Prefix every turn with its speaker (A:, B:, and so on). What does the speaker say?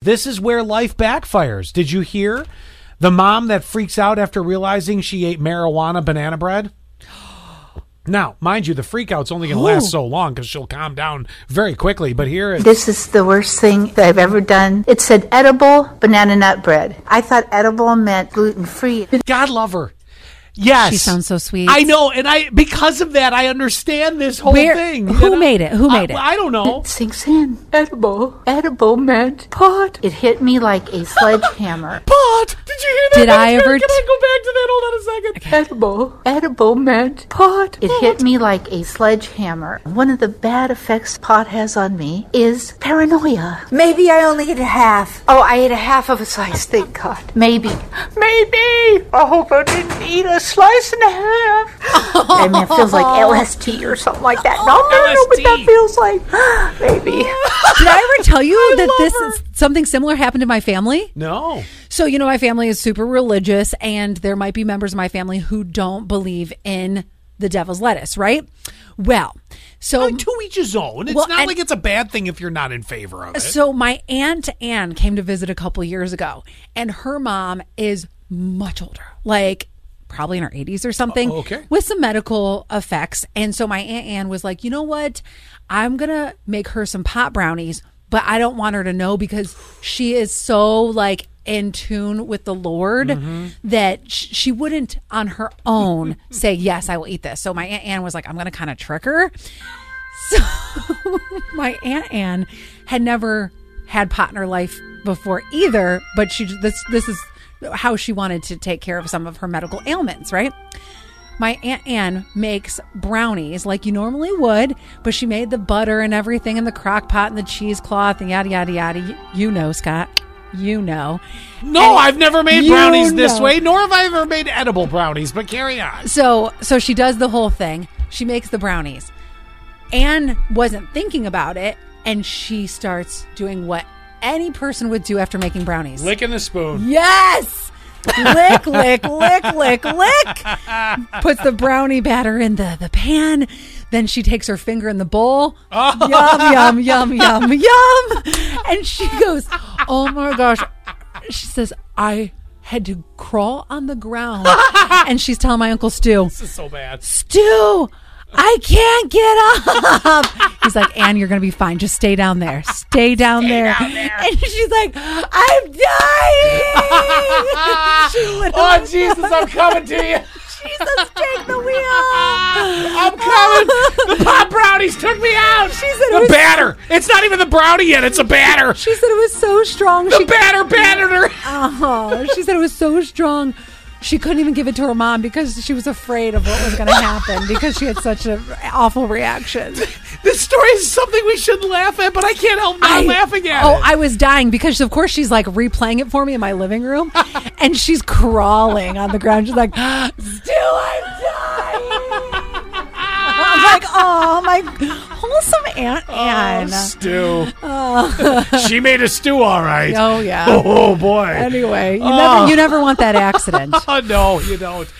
A: This is where life backfires. Did you hear the mom that freaks out after realizing she ate marijuana banana bread? Now, mind you, the freak out's only going to last so long because she'll calm down very quickly. But here it
B: This is the worst thing that I've ever done. It said edible banana nut bread. I thought edible meant gluten free.
A: God love her. Yes.
C: She sounds so sweet.
A: I know, and I because of that I understand this whole
C: Where-
A: thing.
C: who
A: you know?
C: made it? Who
A: I-
C: made it?
A: I don't know.
B: It sinks in. Edible. Edible meant pot. It hit me like a sledgehammer.
A: Pot. Did you hear that?
C: Did I
A: Can-
C: ever
A: Can I
C: t-
A: go back to that? Hold on a second.
B: edible. Edible meant pot. It hit me like a sledgehammer. One of the bad effects pot has on me is paranoia.
D: Maybe I only ate a half.
B: Oh, I ate a half of a slice, thank God. Maybe. Maybe! I hope I didn't eat a slice and a half. I mean, it feels like LSD or something like that. No, I don't know what that
A: LSD.
B: feels like. Maybe.
C: Did I ever tell you that this is something similar happened to my family?
A: No.
C: So, you know, my family is super religious, and there might be members of my family who don't believe in the devil's lettuce, right? Well, so
A: Like, to each his own. It's
C: Well,
A: not
C: and-
A: like it's a bad thing if you're not in favor of it.
C: So my aunt Anne came to visit a couple years ago, and her mom is much older, like probably in her 80s or something,
A: O- okay.
C: with some medical effects. And so my aunt Anne was like, you know what? I'm gonna make her some pot brownies, but I don't want her to know because she is so like in tune with the Lord that sh- she wouldn't on her own say yes, I will eat this. So my aunt Anne was like, I'm gonna kind of trick her. So my aunt Anne had never had pot in her life before either, but she this this is how she wanted to take care of some of her medical ailments, right? My aunt Anne makes brownies like you normally would, but she made the butter and everything in the crock pot and the cheesecloth and yada yada yada. You- You know, Scott. You know.
A: no, I've never made
C: You
A: brownies this
C: know.
A: way, nor have I ever made edible brownies, but carry on.
C: So so she does the whole thing. She makes the brownies. Anne wasn't thinking about it, and she starts doing what any person would do after making brownies.
A: Licking the spoon.
C: Yes. lick, lick, lick, lick, lick. Puts the brownie batter in the, the pan. Then she takes her finger in the bowl. Yum, yum, yum, yum, yum. And she goes, Oh my gosh. She says, I had to crawl on the ground. And she's telling my Uncle Stu,
A: This is so bad.
C: Stu, I can't get up. He's like, Anne, you're going to be fine. Just stay down there. Stay down, there. And she's like, I'm dying. she literally,
A: Oh, Jesus, I'm coming to you.
C: Jesus, take the wheel.
A: I'm coming. The pot brownies took me out. She
C: Ah. said it
A: the
C: was-
A: batter. It's not even the brownie yet. It's a batter.
C: She said it was so strong.
A: The
C: She,
A: batter battered her.
C: oh, she said it was so strong. She couldn't even give it to her mom because she was afraid of what was going to happen because she had such an awful reaction.
A: This story is something we should laugh at, but I can't help not laughing at
C: Oh,
A: it.
C: I was dying because of course she's like replaying it for me in my living room, and she's crawling on the ground. She's like, "Still, I'm dying." I'm like, "Oh my wholesome
A: Oh,
C: Aunt Anne."
A: stew. she made a stew, all right.
C: Ah. Oh, yeah.
A: Oh boy.
C: anyway, you
A: Oh.
C: never you never want that accident.
A: Oh no, you don't.